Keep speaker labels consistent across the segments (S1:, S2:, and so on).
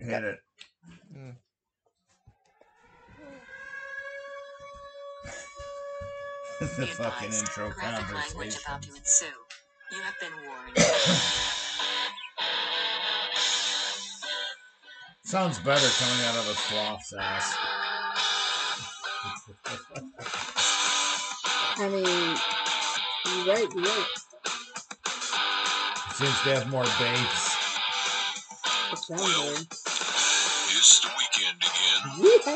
S1: Yep.
S2: hit it.
S3: Mm.
S2: the
S4: Be
S2: fucking
S4: advised,
S2: intro
S4: graphic
S2: conversation.
S4: language about to ensue. You have been warned.
S2: Sounds better coming out of a sloth's ass.
S1: I mean, you're right, you're right.
S2: Seems to have more bass.
S1: It sounds
S5: It's the weekend again,
S1: good. Yeehaw!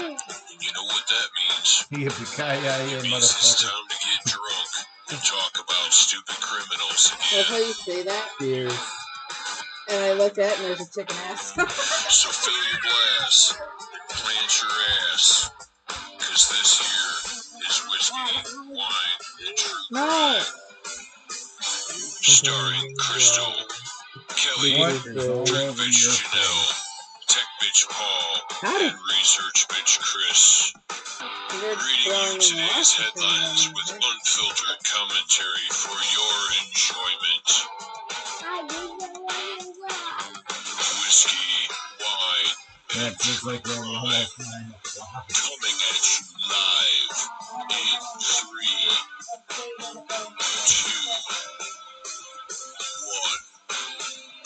S5: and you know what that means.
S2: Yippee-ki-yay,
S5: It means it's
S2: motherfucker.
S5: time to get drunk and talk about stupid criminals
S1: That's how
S5: again.
S1: you say that.
S3: Cheers.
S1: And I look at it and there's a chicken ass.
S5: So fill your glass, plant your ass, because this here is whiskey, wine, and true
S1: no!
S5: crime. Starring Crystal, Kelly,
S2: What is all
S5: Drink
S2: over
S5: Bitch
S2: your face?
S5: Janelle, Tech Bitch Paul,
S1: Howdy.
S5: and Research Bitch Chris.
S1: You're
S5: Reading you
S1: throwing in
S5: today's headlines
S1: Washington.
S5: with unfiltered commentary for your enjoyment. Whiskey, wine,
S2: Yeah, it's just like we're almost nine o'clock.
S5: coming at you live in three, two, one.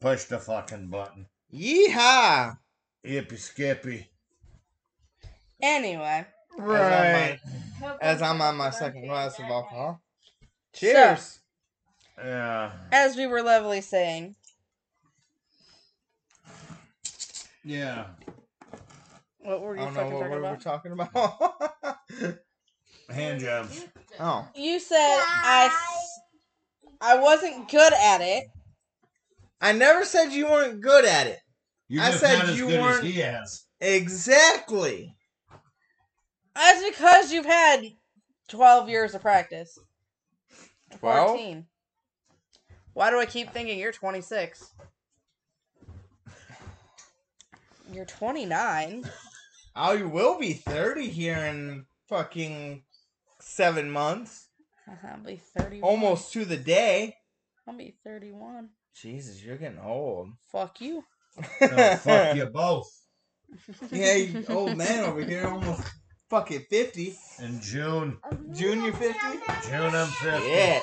S2: Push the fucking button.
S3: Yeehaw!
S2: Yippee skippy.
S6: Anyway,
S2: Right.
S3: As I'm on my second glass of alcohol. Cheers.
S2: Yeah.
S6: as we were lovely saying,
S2: Yeah.
S6: what were
S3: I
S6: you
S3: don't know
S6: fucking
S3: what
S6: talking
S3: we were
S6: about?
S3: talking about.
S2: Hand jobs.
S3: oh.
S6: you said I, s- I wasn't good at it.
S3: I never said you weren't good at it.
S2: You're
S3: I
S2: just
S3: said
S2: not as
S3: you
S2: good
S3: weren't-
S2: as he has.
S3: Exactly.
S6: That's because you've had 12 years of practice.
S3: 12?
S6: 14. Why do I keep thinking you're 26? You're 29.
S3: I will be 30 here in fucking seven months.
S6: I'll be 30.
S3: Almost to the day.
S6: I'll be 31.
S3: Jesus, you're getting old.
S6: Fuck you.
S2: No, fuck you both.
S3: Yeah, you old man over here, almost fucking 50.
S2: In June.
S3: Junior 50?
S2: June I'm 50.
S3: Yeah.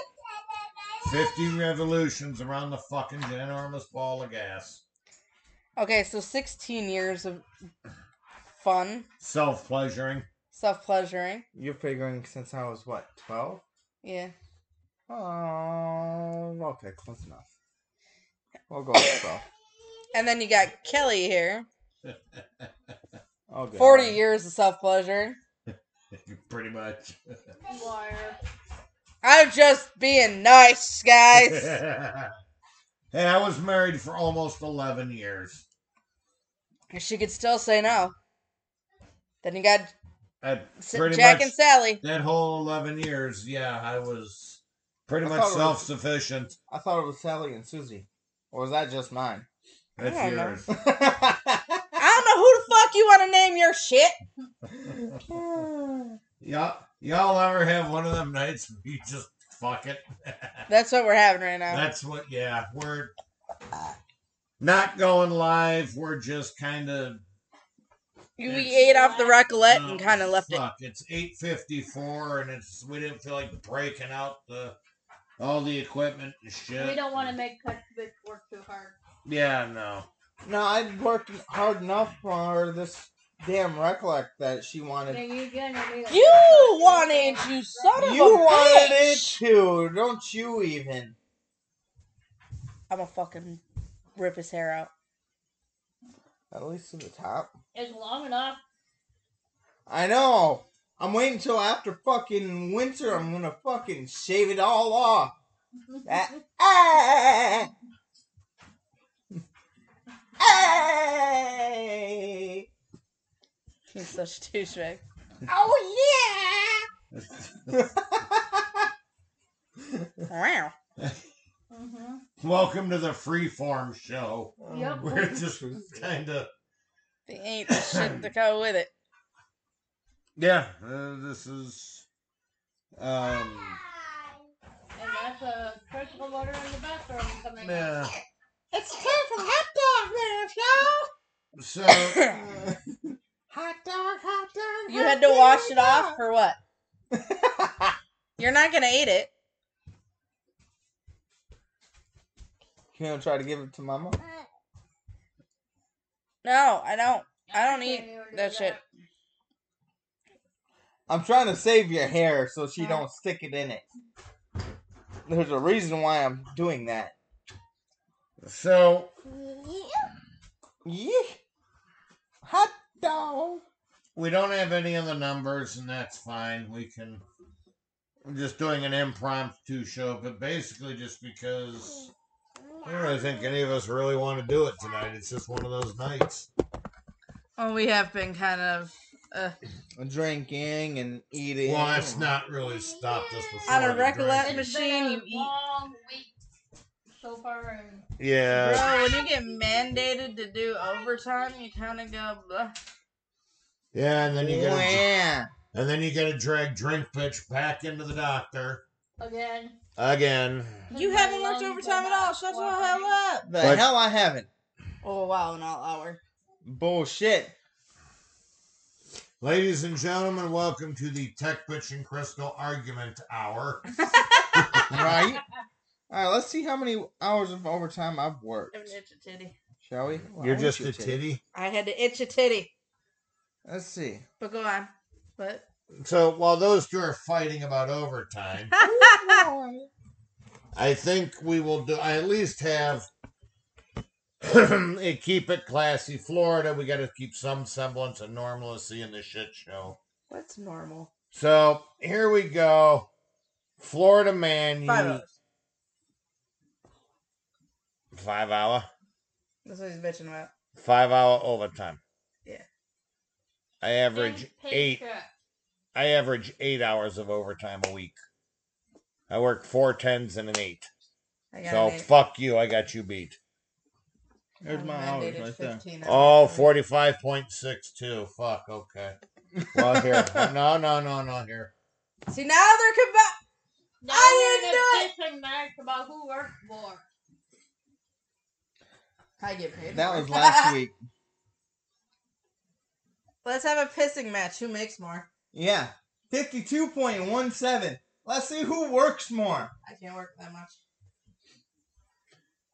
S2: 50 revolutions around the fucking ginormous ball of gas.
S6: Okay, so 16 years of fun,
S2: Self pleasuring.
S6: self pleasuring.
S3: You're figuring since I was what, 12?
S6: Yeah.
S3: Oh, okay, close enough. We'll go with 12.
S6: And then you got Kelly here.
S3: Oh, God.
S6: 40 years of self pleasure.
S2: Pretty much.
S6: I'm just being nice, guys.
S2: hey, I was married for almost 11 years.
S6: she could still say no. Then you got
S2: I
S6: S-
S2: pretty
S6: Jack
S2: much
S6: and Sally.
S2: that whole 11 years, yeah, I was pretty
S3: I
S2: much
S3: thought we were-
S2: self sufficient.
S3: I thought it was Sally and Susie. Or was that just mine?
S2: That's
S6: don't know.
S2: yours.
S6: I don't know who the fuck you want to name your shit.
S2: Y'all, y'all ever have one of them nights where you just fuck it?
S6: That's what we're having right now.
S2: That's what, yeah, we're not going live. We're just kind of
S6: You we
S2: it's-
S6: ate off the Raclette
S2: Oh,
S6: and kind of left it.
S2: fuck, It's eight fifty four, and it's we didn't feel like breaking out the all the equipment and shit.
S7: We don't want to make Cut Bitch work too hard.
S2: Yeah, no.
S3: no, I worked hard enough for this damn recollect that she wanted.
S7: Then you get an email.
S6: You wanted you son of
S3: You
S6: a
S3: wanted it
S6: bitch.
S3: too, don't you even?
S6: I'm gonna fucking rip his hair out.
S3: At least to the top.
S7: It's long enough.
S3: I know. I'm waiting until after fucking winter. I'm gonna fucking shave it all off. That- Ah! Hey!
S6: He's such a douchebag.
S3: Oh
S6: Wow.
S7: hmm
S2: Welcome to the freeform show.
S6: Oh,
S3: yeah!
S7: Yep.
S2: We're just kind of
S6: They ain't the shit to go with it.
S2: yeah. Uh, this is um
S7: uh, And that's a crystal water in the bathroom coming.
S2: yeah. So
S3: hot dog, hot dog.
S6: You had to wash it off for what? You're not gonna eat it.
S3: You gonna try to give it to Mama?
S6: No, I don't. I don't
S7: can't
S6: eat
S7: even do
S6: that shit.
S3: I'm trying to save your hair so she don't stick it in it. There's a reason why I'm doing that.
S2: so
S3: Yeah. Hot dog.
S2: we don't have any of the numbers, and that's fine. We can. I'm just doing an impromptu show, but basically just because I don't really think any of us really want to do it tonight. It's just one of those nights.
S6: Well, we have been kind of. Uh,
S3: Drinking and eating.
S2: Well, that's not really stopped us before.
S6: On a
S2: the
S6: Recollet
S2: drinking.
S7: It's been
S6: machine,
S7: a
S6: you eat.
S7: long week so far, and
S2: Yeah.
S6: bro, when you get mandated to do overtime, you kind of go. Blah.
S2: Yeah, and then you gotta
S3: Yeah.
S2: and then you gotta drag drink bitch back into the doctor
S7: again.
S2: again.
S6: You
S7: my
S6: haven't worked
S7: lungs
S6: overtime
S7: are
S6: at all.
S7: not
S6: Shut the
S7: cooperating.
S6: hell up.
S3: The
S2: But-
S3: hell I haven't.
S6: Oh wow, an all hour.
S3: Bullshit.
S2: Ladies and gentlemen, welcome to the Tech Bitch and Crystal Argument Hour.
S3: Right? Alright, let's see how many hours of overtime I've worked.
S6: I have an itch a titty.
S3: Shall we? Well,
S2: You're
S3: I
S2: just
S3: want
S2: a
S3: you to.
S2: titty.
S6: I had to itch a titty.
S3: Let's see.
S6: But go on. But
S2: So while those two are fighting about overtime, I think we will do. I at least have a keep it classy Florida. We got to keep some semblance of normalcy in the shit show.
S6: what's normal?
S2: So here we go. Florida man, you
S6: Five hours.
S2: five hour,
S6: That's what he's bitching about.
S2: five hour overtime.
S6: Yeah.
S2: I average
S7: Big
S2: eight.
S7: paycheck.
S2: I average eight hours of overtime a week. I work four tens and an eight.
S6: I got
S2: So
S6: an itch.
S2: fuck you. I got you beat.
S3: There's
S6: I'm
S3: my hours
S6: mandated
S3: right there.
S6: 15
S2: Oh,
S6: hours.
S2: 45.62. Fuck. Okay. Well, here. no, no, no, no. Here.
S6: See now they're combi-
S7: Now
S6: I
S7: we're in a fishing match about who works more.
S6: I get paid.
S3: That
S6: more.
S3: was last week.
S6: Let's have a pissing match. Who makes more?
S3: Yeah. 52.17. Let's see who works more.
S6: I can't work that much.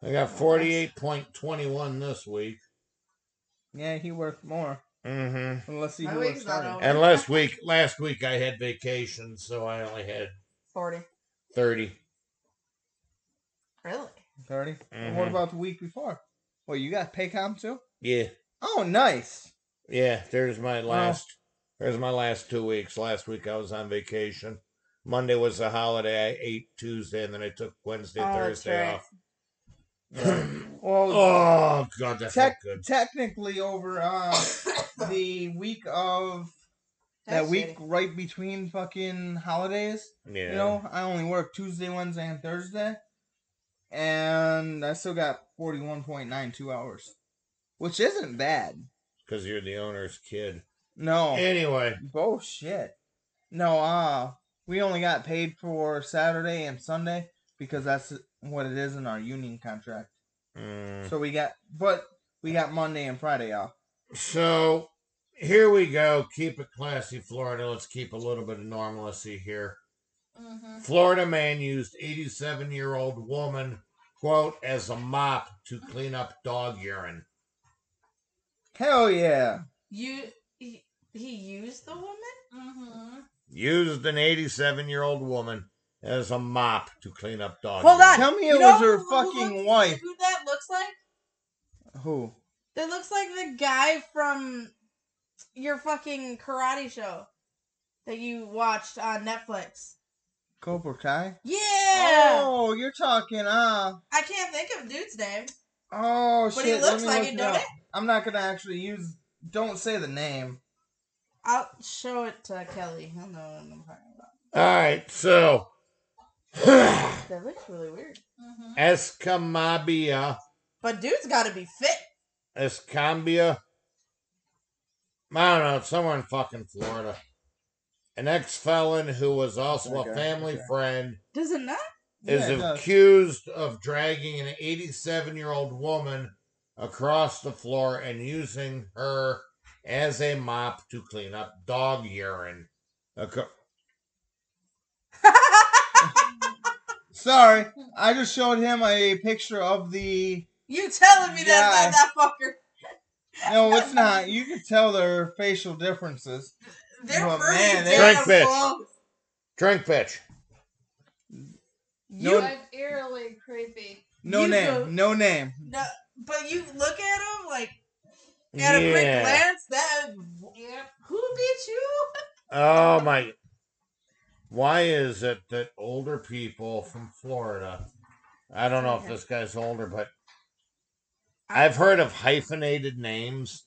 S2: I got 48.21 this week.
S3: Yeah, he worked more.
S2: Mm-hmm.
S3: Well, let's see
S6: My
S3: who
S6: week's
S3: works
S6: not
S3: harder.
S6: over.
S2: And last week, last week I had vacation, so I only had
S6: Forty.
S2: 30.
S6: Really?
S3: 30 And
S2: Mhm.
S3: What about the week before? Well, you got Paycom too?
S2: Yeah.
S3: Oh, nice.
S2: Yeah. There's my last. There's my last two weeks. Last week I was on vacation. Monday was a holiday. I ate Tuesday, and then I took Wednesday,
S6: Oh, that's
S2: Thursday
S6: right.
S2: off.
S3: Well,
S2: Oh God, that felt
S3: Tech-
S2: good.
S3: technically over uh, the week of that
S6: That's
S3: week
S6: shitty.
S3: right between fucking holidays.
S2: Yeah.
S3: You know, I only work Tuesday, Wednesday, and Thursday, and I still got forty-one point nine two hours, which isn't bad.
S2: because you're the owner's kid.
S3: No,
S2: Anyway,
S3: bullshit. Oh, No, uh, we only got paid for Saturday and Sunday because that's what it is in our union contract.
S2: mm,
S3: So we got, but we got Monday and Friday off.
S2: so here we go. Keep it classy, Florida. Let's keep a little bit of normalcy here.
S7: Mm-hmm.
S2: Florida man used 87 year old woman, quote, as a mop to clean up dog urine.
S3: Hell yeah.
S6: You he, he used the woman?
S7: Mm-hmm.
S2: Used an 87 year old woman as a mop to clean up dog
S6: Hold
S2: urine.
S6: on.
S3: Oh, Tell me
S6: You
S3: it
S6: know
S3: was her
S6: who- who
S3: fucking
S6: looks-
S3: wife.
S6: Who that looks like?
S3: Who?
S6: That looks like the guy from your fucking karate show that you watched on Netflix.
S3: Cobra Kai?
S6: Yeah!
S3: Oh, you're talking, uh.
S6: I can't think of dude's name.
S3: Oh,
S6: But
S3: shit.
S6: he
S3: let
S6: looks
S3: me
S6: like
S3: look
S6: it,
S3: it,
S6: don't
S3: up.
S6: it?
S3: I'm not gonna actually use. Don't say the name.
S6: I'll show it to Kelly. He'll know what I'm talking about.
S2: All right, so.
S6: That looks really weird.
S7: Mm-hmm.
S2: Escamabia.
S6: But dude's gotta be fit.
S2: Escambia. I don't know, it's somewhere in fucking Florida. An ex felon who was also a
S3: Okay,
S2: family
S3: okay.
S2: friend
S6: Does it not?
S2: is
S3: Yeah, it does.
S2: accused of dragging an 87 year old woman across the floor and using her as a mop to clean up dog urine. Ac-
S3: Sorry, I just showed him a picture of the.
S6: you telling me
S3: Yeah.
S6: that's not that fucker?
S3: No, it's not. You can tell their facial differences.
S6: They're
S3: Well,
S6: pretty
S3: Oh, man, they-
S6: damn
S2: Drink fish.
S6: close.
S2: Drink bitch.
S3: No,
S7: was eerily creepy.
S3: no
S6: You
S3: name,
S6: go-
S3: no name.
S6: No, but you look at them like at a quick
S2: Yeah.
S6: glance. That
S7: Yep.
S6: who beat you?
S2: Oh my. Why is it that older people from Florida, I don't know if this guy's older, but I've heard of hyphenated names.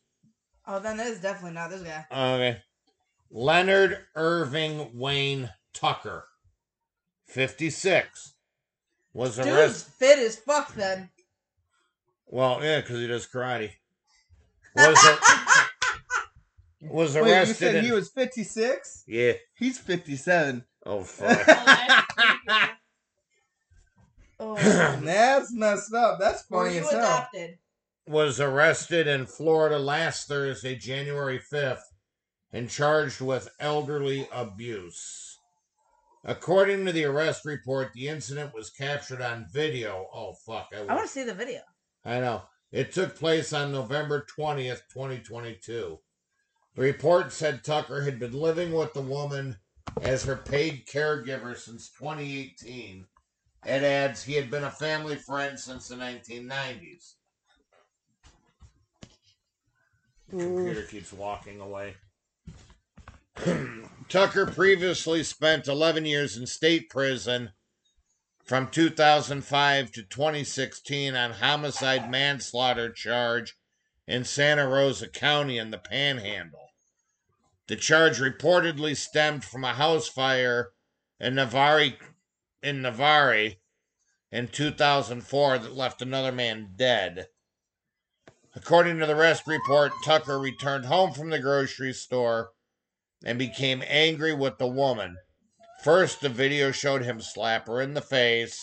S6: Oh, then that is definitely not this guy.
S2: Okay. Leonard Irving Wayne Tucker, 56, was
S6: Dude's
S2: arrested.
S6: fit as fuck. Then
S2: Well, yeah, because he does karate. Was, ar- was
S3: Wait, you
S2: arrested.
S3: said
S2: in-
S3: he was 56?
S2: yeah.
S3: He's 57.
S2: Oh, fuck.
S7: Well, that's creepy.
S6: oh,
S3: That's messed up. That's
S6: were
S3: funny
S6: you
S3: as hell.
S6: adopted?
S2: was arrested in Florida last Thursday, January 5th, and charged with elderly abuse. According to the arrest report, the incident was captured on video. Oh, fuck. I,
S6: I want
S2: wish-
S6: to see the video.
S2: I know. It took place on November 20th, 2022. The report said Tucker had been living with the woman as her paid caregiver since 2018. It adds he had been a family friend since the 1990s. Computer keeps walking away. Tucker previously spent 11 years in state prison from 2005 to 2016 on homicide manslaughter charge in Santa Rosa County in the Panhandle. The charge reportedly stemmed from a house fire in Navarre in Navarre in 2004 that left another man dead. According to the arrest report, Tucker returned home from the grocery store and became angry with the woman. First, the video showed him slap her in the face.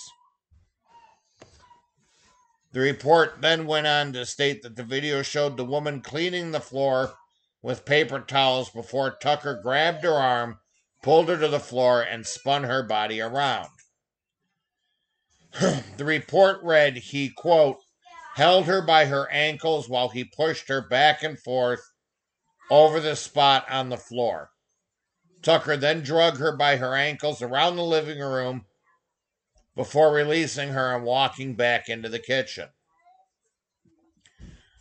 S2: The report then went on to state that the video showed the woman cleaning the floor with paper towels before Tucker grabbed her arm, pulled her to the floor, and spun her body around. the report read he, quote, held her by her ankles while he pushed her back and forth over the spot on the floor. Tucker then drug her by her ankles around the living room before releasing her and walking back into the kitchen.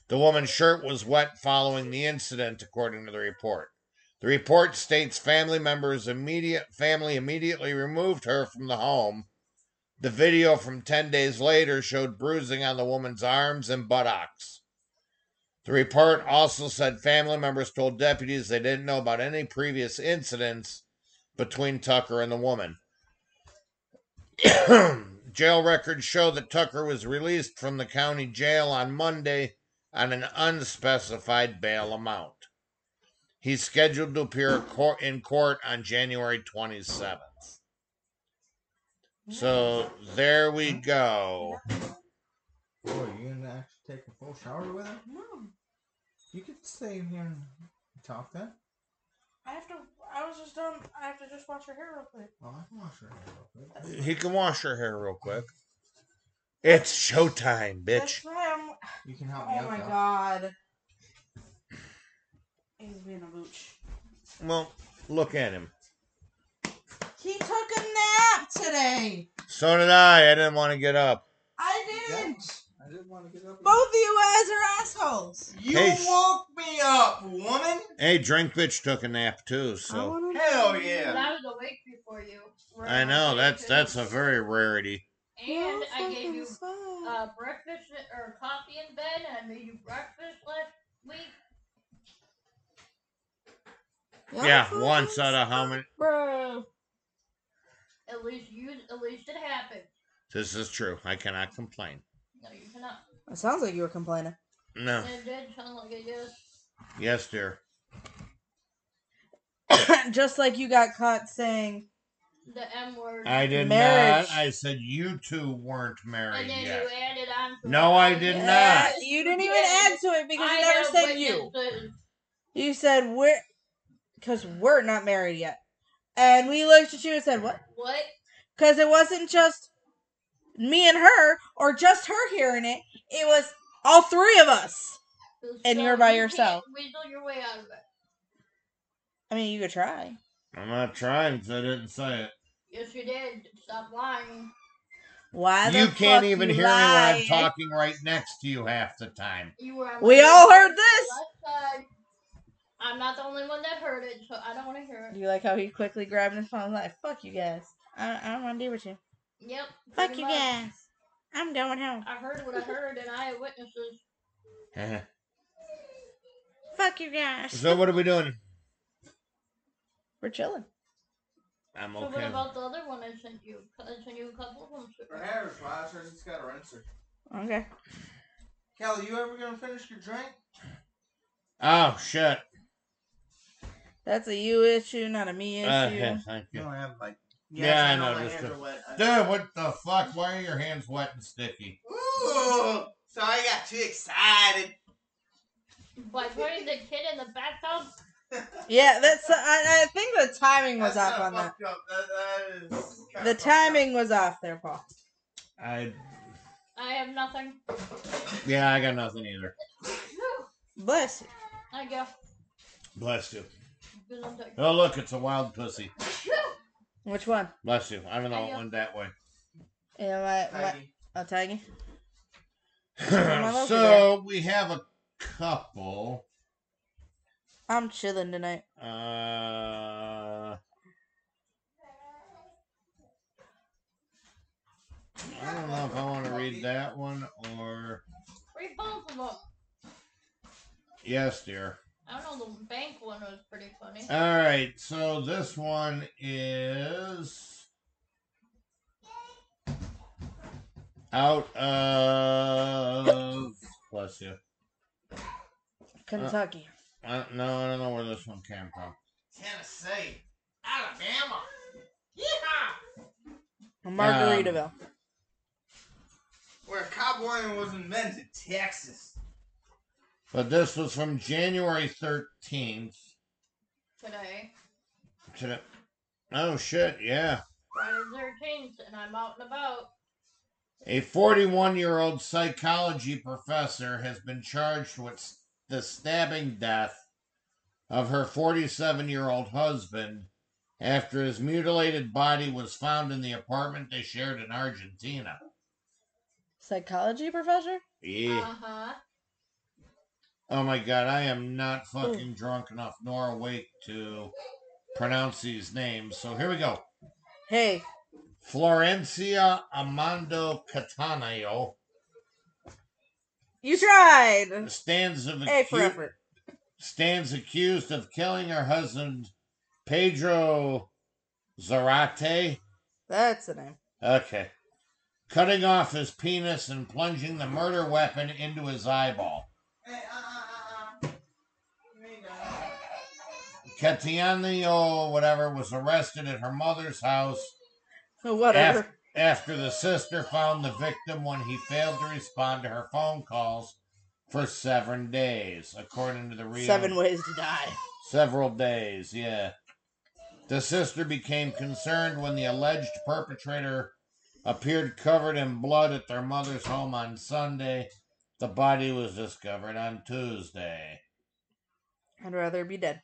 S2: The woman's shirt was wet following the incident, according to the report. The report states family members immediate family immediately removed her from the home the video from 10 days later showed bruising on the woman's arms and buttocks. The report also said family members told deputies they didn't know about any previous incidents between Tucker and the woman. jail records show that Tucker was released from the county jail on Monday on an unspecified bail amount. He's scheduled to appear cour- in court on January 27th. So there we go.
S3: Boy, you gonna actually take a full shower with him?
S6: No,
S3: You could stay in here and talk then.
S6: I have to. I was just done. I have to just wash her hair real quick.
S3: Well, I can wash her hair real quick.
S2: He can wash her hair real quick. It's showtime, bitch.
S6: That's why I'm.
S3: You can help me
S6: Oh
S3: out.
S6: my
S3: though.
S6: god. He's being a mooch.
S2: Well, look at him.
S6: He took a nap today.
S2: So did I. I didn't want to get up.
S6: I didn't.
S3: I didn't want to get up.
S6: Both of you guys are assholes.
S3: You
S2: Hey, sh-
S3: woke me up, woman.
S2: Hey, drink bitch took a nap too, so
S3: Hell
S7: But
S3: yeah.
S7: I was awake before you. We're
S2: I know
S7: awake
S2: that's
S7: too.
S2: that's a very rarity.
S7: And I gave you uh, breakfast or coffee in bed, and I made you breakfast last week.
S2: Yeah, once uh, out of how many?
S6: Bro.
S7: At least you, at least it happened.
S2: This is true. I cannot complain.
S7: No, you cannot.
S6: It sounds like you were complaining.
S2: No.
S7: It did sound like it is.
S2: Yes, dear.
S6: Just like you got caught saying,
S7: the M word.
S2: I did
S6: Marriage.
S2: not. I said you two weren't married
S7: and then
S2: yet.
S7: you added on. To
S2: No,
S7: it.
S2: I did
S6: Uh,
S2: not.
S6: You didn't even
S7: Yeah.
S6: add to it because
S7: I
S6: you never
S7: have
S6: said you.
S7: witnesses.
S6: You said we're because we're not married yet, and we looked at you and said what?
S7: What?
S6: Because it wasn't just me and her or just her hearing it. It was all three of us. And
S7: So
S6: you're by
S7: you
S6: yourself.
S7: Can't weasel your way out of it.
S6: I mean, you could try.
S2: I'm not trying 'cause I didn't say it.
S7: Yes, you did. Stop lying.
S6: Why the
S2: you can't
S6: fuck
S2: even
S6: you
S2: hear me when I'm
S6: lying?
S2: talking right next to you half the time.
S7: You were. on
S6: We
S7: my
S6: all
S7: left
S6: heard this.
S7: side. I'm not the only one that heard it, so I don't want to hear it.
S6: You like how he quickly grabbed his phone? Like, fuck you guys. I, I don't want to deal with you.
S7: Yep.
S6: Fuck
S7: pretty
S6: you
S7: much.
S6: guys. I'm going home.
S7: I heard what I heard, and I had witnesses.
S6: Fuck you guys.
S2: so what are we doing?
S6: We're chilling.
S2: I'm
S7: So what
S2: okay.
S7: about the other one I sent you? I sent you a couple of them.
S3: Her hair is flash. I just gotta rinse her.
S6: Okay.
S3: Kelly, you ever gonna finish your drink?
S2: Oh shit.
S6: That's a you issue, not a me issue.
S2: Uh, yeah, thank you.
S3: I have like.
S2: Yeah,
S3: yes,
S2: I know,
S3: My
S2: just
S3: hands
S2: the-
S3: are wet. I-
S2: Dude, what the fuck? Why are your hands wet and sticky?
S3: Ooh, so I got too excited.
S7: By putting the kid in the bathtub.
S6: Yeah, that's. I, I think the timing was
S3: That's
S6: off
S3: kinda
S6: on that.
S3: fucked up. That- that is kinda
S6: The
S3: fucked up.
S6: timing was off there, Paul.
S2: I
S7: I have nothing.
S2: yeah, I got nothing either.
S6: Bless you.
S7: I go.
S2: Bless you.
S7: Because I'm like,
S2: Oh look, it's a wild pussy.
S6: Which one?
S2: Bless you. I don't know it went that way.
S6: Yeah, my, my,
S3: Peggy.
S6: oh, Taggy.
S2: so we have a couple.
S6: I'm chilling tonight.
S2: Uh, I don't know if I want to read that one or
S7: Read both of them.
S2: yes, dear.
S7: I don't know. The bank one was pretty funny.
S2: All right, so this one is out of bless you.
S6: Kentucky.
S2: I don't, no, I don't know where this one came from.
S3: Tennessee, Alabama. Yeehaw!
S2: Uh, um,
S6: Margaritaville.
S3: Where cowboy was invented, Texas.
S2: But this was from January thirteenth.
S7: Today,
S2: Today. Oh shit! Yeah.
S7: Friday the 13th, and I'm out and about.
S2: A 41 year old psychology professor has been charged with the stabbing death of her 47 year old husband after his mutilated body was found in the apartment they shared in Argentina.
S6: Psychology professor?
S2: Yeah.
S7: Uh huh.
S2: Oh my god, I am not
S6: Hmm.
S2: fucking drunk enough nor awake to pronounce these names. So here we go
S6: Hey,
S2: Florencia Amando Catanayo
S6: you tried.
S2: stands of
S6: Hey, for
S2: acute-
S6: effort.
S2: stands accused of killing her husband, Pedro Zarate.
S6: That's the name.
S2: Okay. Cutting off his penis and plunging the murder weapon into his eyeball.
S3: Hey, uh, uh, uh, uh. Hey, uh,
S2: Catiano, whatever, was arrested at her mother's house
S6: Whatever.
S2: af- after the sister found the victim when he failed to respond to her phone calls for seven days, according to the Rio
S6: Seven ways to die.
S2: Several days, yeah. The sister became concerned when the alleged perpetrator appeared covered in blood at their mother's home on Sunday. The body was discovered on Tuesday.
S6: I'd rather be dead.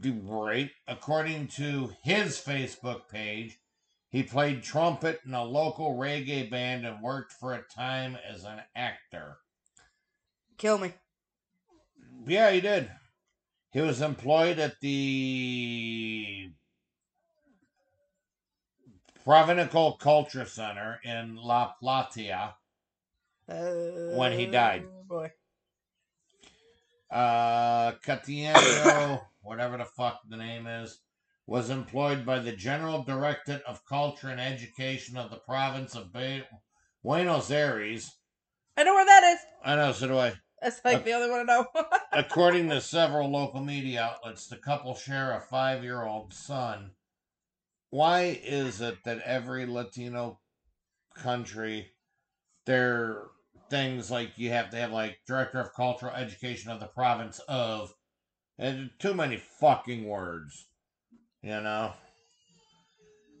S2: Great. According to his Facebook page, he played trumpet in a local reggae band and worked for a time as an actor.
S6: Kill me.
S2: Yeah, he did. He was employed at the Provenical Culture Center in La Platea.
S6: Uh,
S2: When he died.
S6: Boy.
S2: Uh, Catiano, whatever the fuck the name is, was employed by the General Directorate of Culture and Education of the province of Be- Buenos Aires.
S6: I know where that is.
S2: I know, so do I.
S6: That's
S2: Uh,
S6: like the only one I know.
S2: According to several local media outlets, the couple share a five year old son why is it that every Latino country their things like you have to have like director of cultural education of the province of and too many fucking words. You know.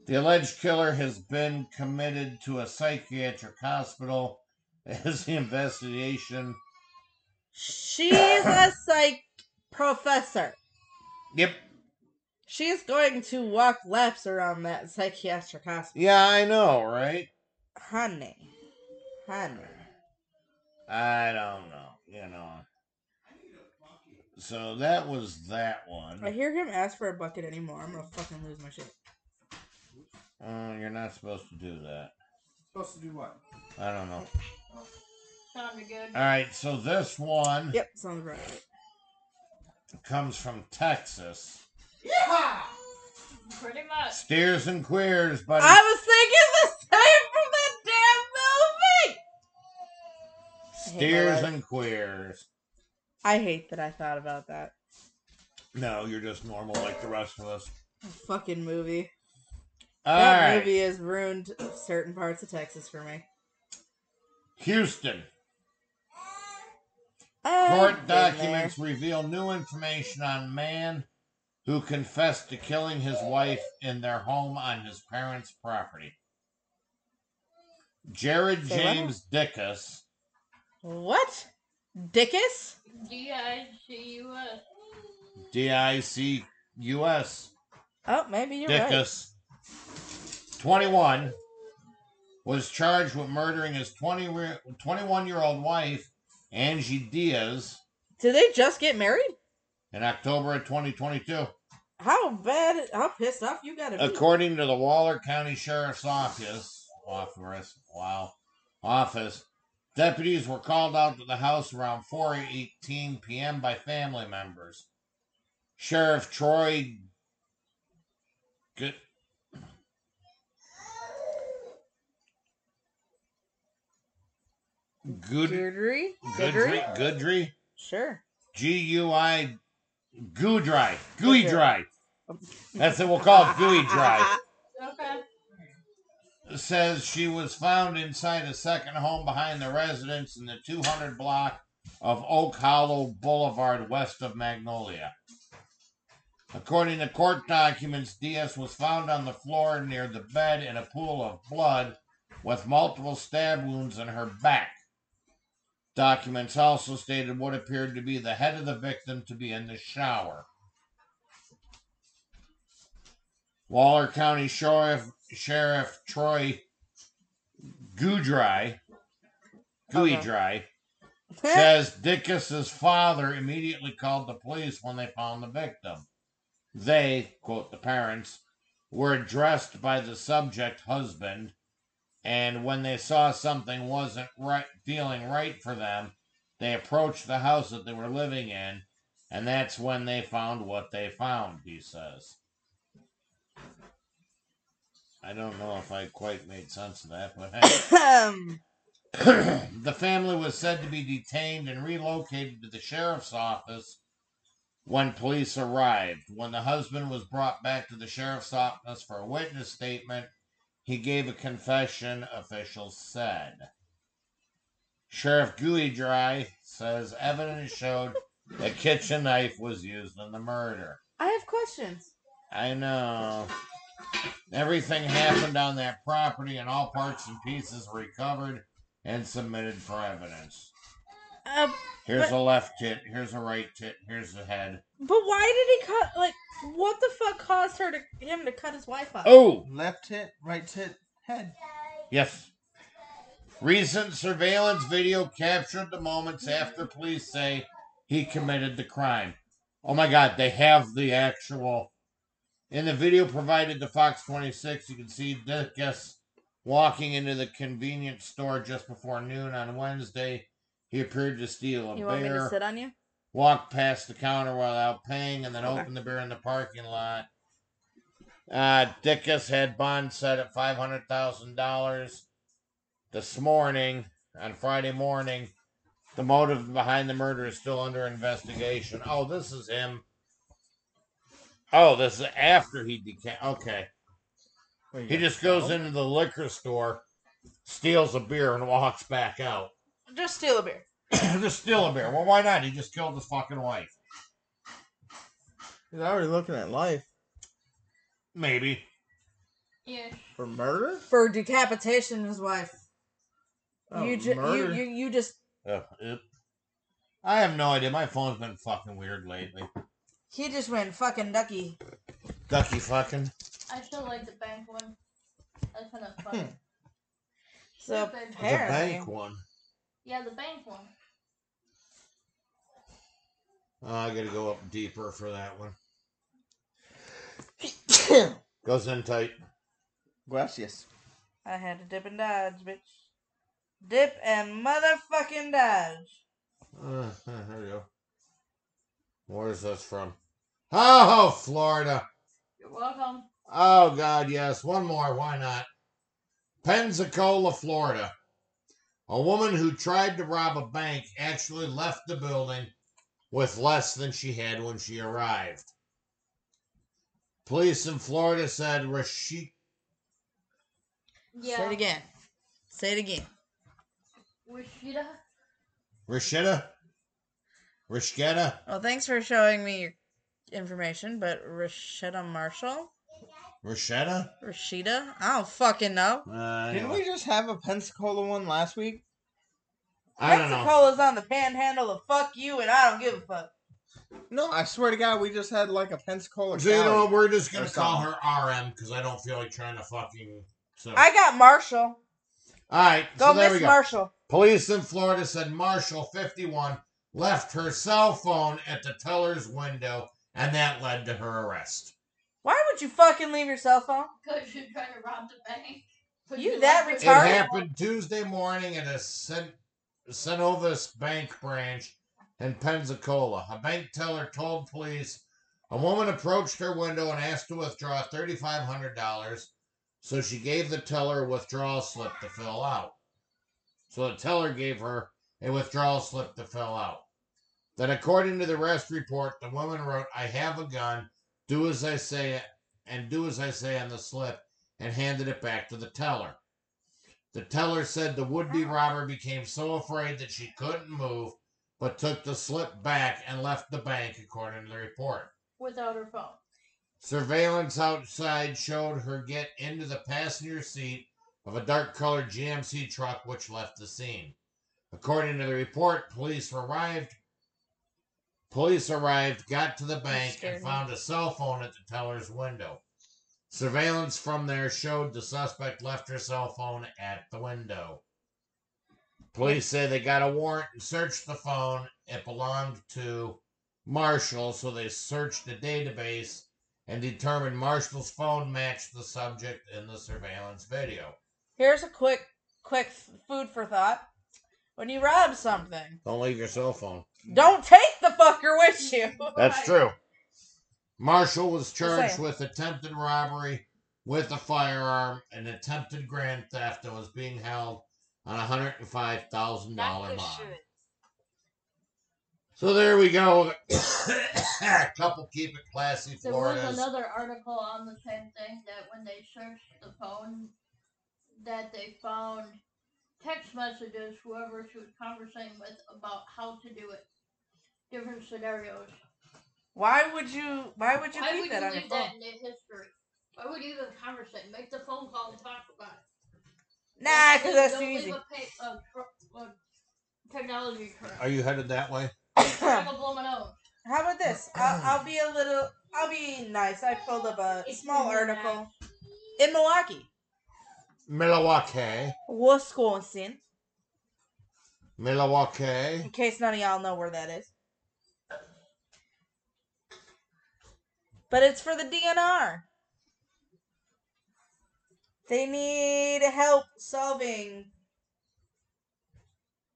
S2: The alleged killer has been committed to a psychiatric hospital as the investigation
S6: She's a psych professor.
S2: Yep.
S6: She's going to walk laps around that psychiatric hospital.
S2: Yeah, I know, right?
S6: Honey. Honey.
S2: I don't know, you know. So that was that
S6: I
S2: one.
S6: hear him ask for a bucket anymore. I'm gonna fucking lose my shit.
S2: Uh, you're not supposed to do that.
S3: Supposed to do what?
S2: I don't know.
S7: Sounded good.
S2: All right, so this one
S6: Yep, sounds right.
S2: comes from Texas.
S3: Yeah.
S7: Pretty much.
S2: Steers and queers, buddy.
S6: I was thinking the same from that damn movie! hate my
S2: Steers
S6: life.
S2: and queers.
S6: I hate that I thought about that.
S2: No, you're just normal like the rest of us.
S6: Fucking movie.
S2: All
S6: that
S2: right,
S6: movie has ruined certain parts of Texas for me.
S2: Houston.
S6: I've
S2: Court
S6: been
S2: documents reveal new information on man who confessed to killing his wife in their home on his parents' property. Jared
S6: Say what?
S2: James Dickus.
S6: there. What? Dickus?
S7: D I C U S.
S2: D I C U S.
S6: Oh, maybe you're right.
S2: Dickus, 21, was charged with murdering his 20, 21 year old wife, Angie Diaz,
S6: Did they just get married?
S2: in October of 2022.
S6: How bad? How pissed off you gotta be?
S2: According to the Waller County Sheriff's Office, office, wow, office, deputies were called out to the house around 4:18 p.m. by family members. Sheriff Troy Good Good
S6: Goodry?
S2: Goodry
S6: Goodry?
S2: Goodry
S6: Sure.
S2: G U I Goo Dry Gooey
S6: Goodry.
S2: Dry. That's it. We'll call it Gooey Dry.
S7: Okay.
S2: says she was found inside a second home behind the residence in the 200 block of Oak Hollow Boulevard west of Magnolia. According to court documents, Diaz was found on the floor near the bed in a pool of blood with multiple stab wounds in her back. Documents also stated what appeared to be the head of the victim to be in the shower. Waller County Sheriff Sheriff Troy Goodry Goodry says Dickus's father immediately called the police when they found the victim. They, quote the parents, were addressed by the subject husband, and when they saw something wasn't right feeling right for them, they approached the house that they were living in, and that's when they found what they found, he says. I don't know if I quite made sense of that, but hey.
S6: Um,
S2: the family was said to be detained and relocated to the sheriff's office when police arrived. When the husband was brought back to the sheriff's office for a witness statement, he gave a confession, officials said. Sheriff Gooey Dry says evidence showed a kitchen knife was used in the murder.
S6: I have questions.
S2: I know. Everything happened on that property, and all parts and pieces recovered and submitted for evidence.
S6: Uh,
S2: Here's
S6: But-
S2: a left tit. Here's a right tit. Here's the head.
S6: but why did he cut? Like, what the fuck caused her to him to cut his wife up?
S2: Oh,
S3: Left hit, right hit, head.
S2: yes. Recent surveillance video captured the moments after police say he committed the crime. Oh my God, they have the actual. In the video provided to Fox 26, you can see Dickus walking into the convenience store just before noon on Wednesday. He appeared to steal a
S6: you want me to
S2: bear,
S6: sit on you?
S2: walked past the counter without paying, and then
S6: Okay.
S2: opened the beer in the parking lot. Uh, Dickus had bond set at five hundred thousand dollars this morning on Friday morning. The motive behind the murder is still under investigation. Oh, this is him. Oh, this is after he decamped. Okay. He just goes into the liquor store, steals a beer, and walks back out.
S6: Just steal a beer.
S2: just steal a beer. Well, why not? He just killed his fucking wife.
S3: He's already looking at life
S2: Maybe.
S7: Yeah.
S3: for murder.
S6: For decapitation, his wife.
S3: Oh,
S6: you, ju- you,
S3: murder.
S6: you you just
S2: Uh, it- I have no idea. My phone's been fucking weird lately.
S6: he just went fucking ducky.
S2: Ducky fucking.
S7: I still like the bank one. That's kind of fun.
S6: So
S7: Stupid.
S2: The bank
S6: apparently,
S2: one.
S7: yeah, the bank one.
S2: Oh, I gotta go up deeper for that one. Goes in tight.
S3: Gracias.
S6: I had to dip and dodge, bitch. Dip and motherfucking dodge.
S2: Uh, there you go. Where's this from? Oh, Florida.
S7: You're welcome.
S2: Oh, God, yes. One more. Why not? Pensacola, Florida. A woman who tried to rob a bank actually left the building with less than she had when she arrived. Police in Florida said Rashik
S7: Yeah.
S6: Say it again. Say it again.
S7: Rashida.
S2: Rashida? Rashketa?
S6: Well, thanks for showing me your information, but Rashida Marshall?
S2: Rashida?
S6: Rashida? I don't fucking know.
S2: Uh,
S3: Didn't we just have a Pensacola one last week?
S2: I don't know.
S6: Pensacola's on the panhandle of fuck you, and I don't give a fuck.
S3: No, I swear to God, we just had like a Pensacola.
S2: So you know
S3: County.
S2: what? We're just gonna
S3: Or
S2: call her RM because I don't feel like trying to fucking. So
S6: I got Marshall.
S2: all right,
S6: Go,
S2: so there we
S6: Miss
S2: go.
S6: Marshall.
S2: Police in Florida said Marshall, 51, left her cell phone at the teller's window, and that led to her arrest.
S6: Why would you fucking leave your cell phone?
S7: Because you're trying to rob the bank. But
S6: You that
S7: like-
S2: It
S6: Sorry.
S2: happened Tuesday morning at a Cen- Cenovis Bank branch in Pensacola. A bank teller told police a woman approached her window and asked to withdraw $3,500, so she gave the teller a withdrawal slip to fill out. So the teller gave her a withdrawal slip to fill out. Then, according to the arrest report, the woman wrote, I have a gun, do as I say, and do as I say on the slip, and handed it back to the teller. The teller said the would be robber became so afraid that she couldn't move, but took the slip back and left the bank, according to the report.
S7: Without her phone.
S2: Surveillance outside showed her get into the passenger seat of a dark colored GMC truck which left the scene. According to the report, police arrived police arrived, got to the bank
S6: scared
S2: and
S6: me.
S2: found a cell phone at the teller's window. Surveillance from there showed the suspect left her cell phone at the window. Police say they got a warrant and searched the phone. It belonged to Marshall, so they searched the database and determined Marshall's phone matched the subject in the surveillance video.
S6: Here's a quick, quick f- food for thought. When you rob something,
S2: Don't leave your cell phone.
S6: don't take the fucker with you.
S2: That's true. Marshall was charged
S6: saying.
S2: with attempted robbery with a firearm and attempted grand theft and was being held on a $105,000 bond. So there we go. a couple keep it classy,
S7: There was
S2: Florida's.
S7: another article on the same thing that when they searched the phone, that they found text messages whoever she was conversing with about how to do it, different scenarios.
S6: Why would you? Why would you
S7: Why
S6: keep
S7: would
S6: that
S7: you
S6: on your
S7: leave
S6: phone?
S7: that in the history? Why would you even conversate? Make the phone call and talk about it.
S6: Nah,
S7: Don't
S6: because
S7: leave-
S6: that's
S7: don't
S6: too
S7: leave
S6: easy.
S7: a pa- a tr- a technology current.
S2: Are you headed that way?
S7: I'm gonna blow my nose.
S6: How about this? I'll, I'll be a little. I'll be nice. I pulled up a
S7: It's
S6: small
S7: really
S6: article in Milwaukee,
S2: Milwaukee.
S6: Wisconsin.
S2: Milwaukee.
S6: In case none of y'all know where that is. But it's for the DNR. They need help solving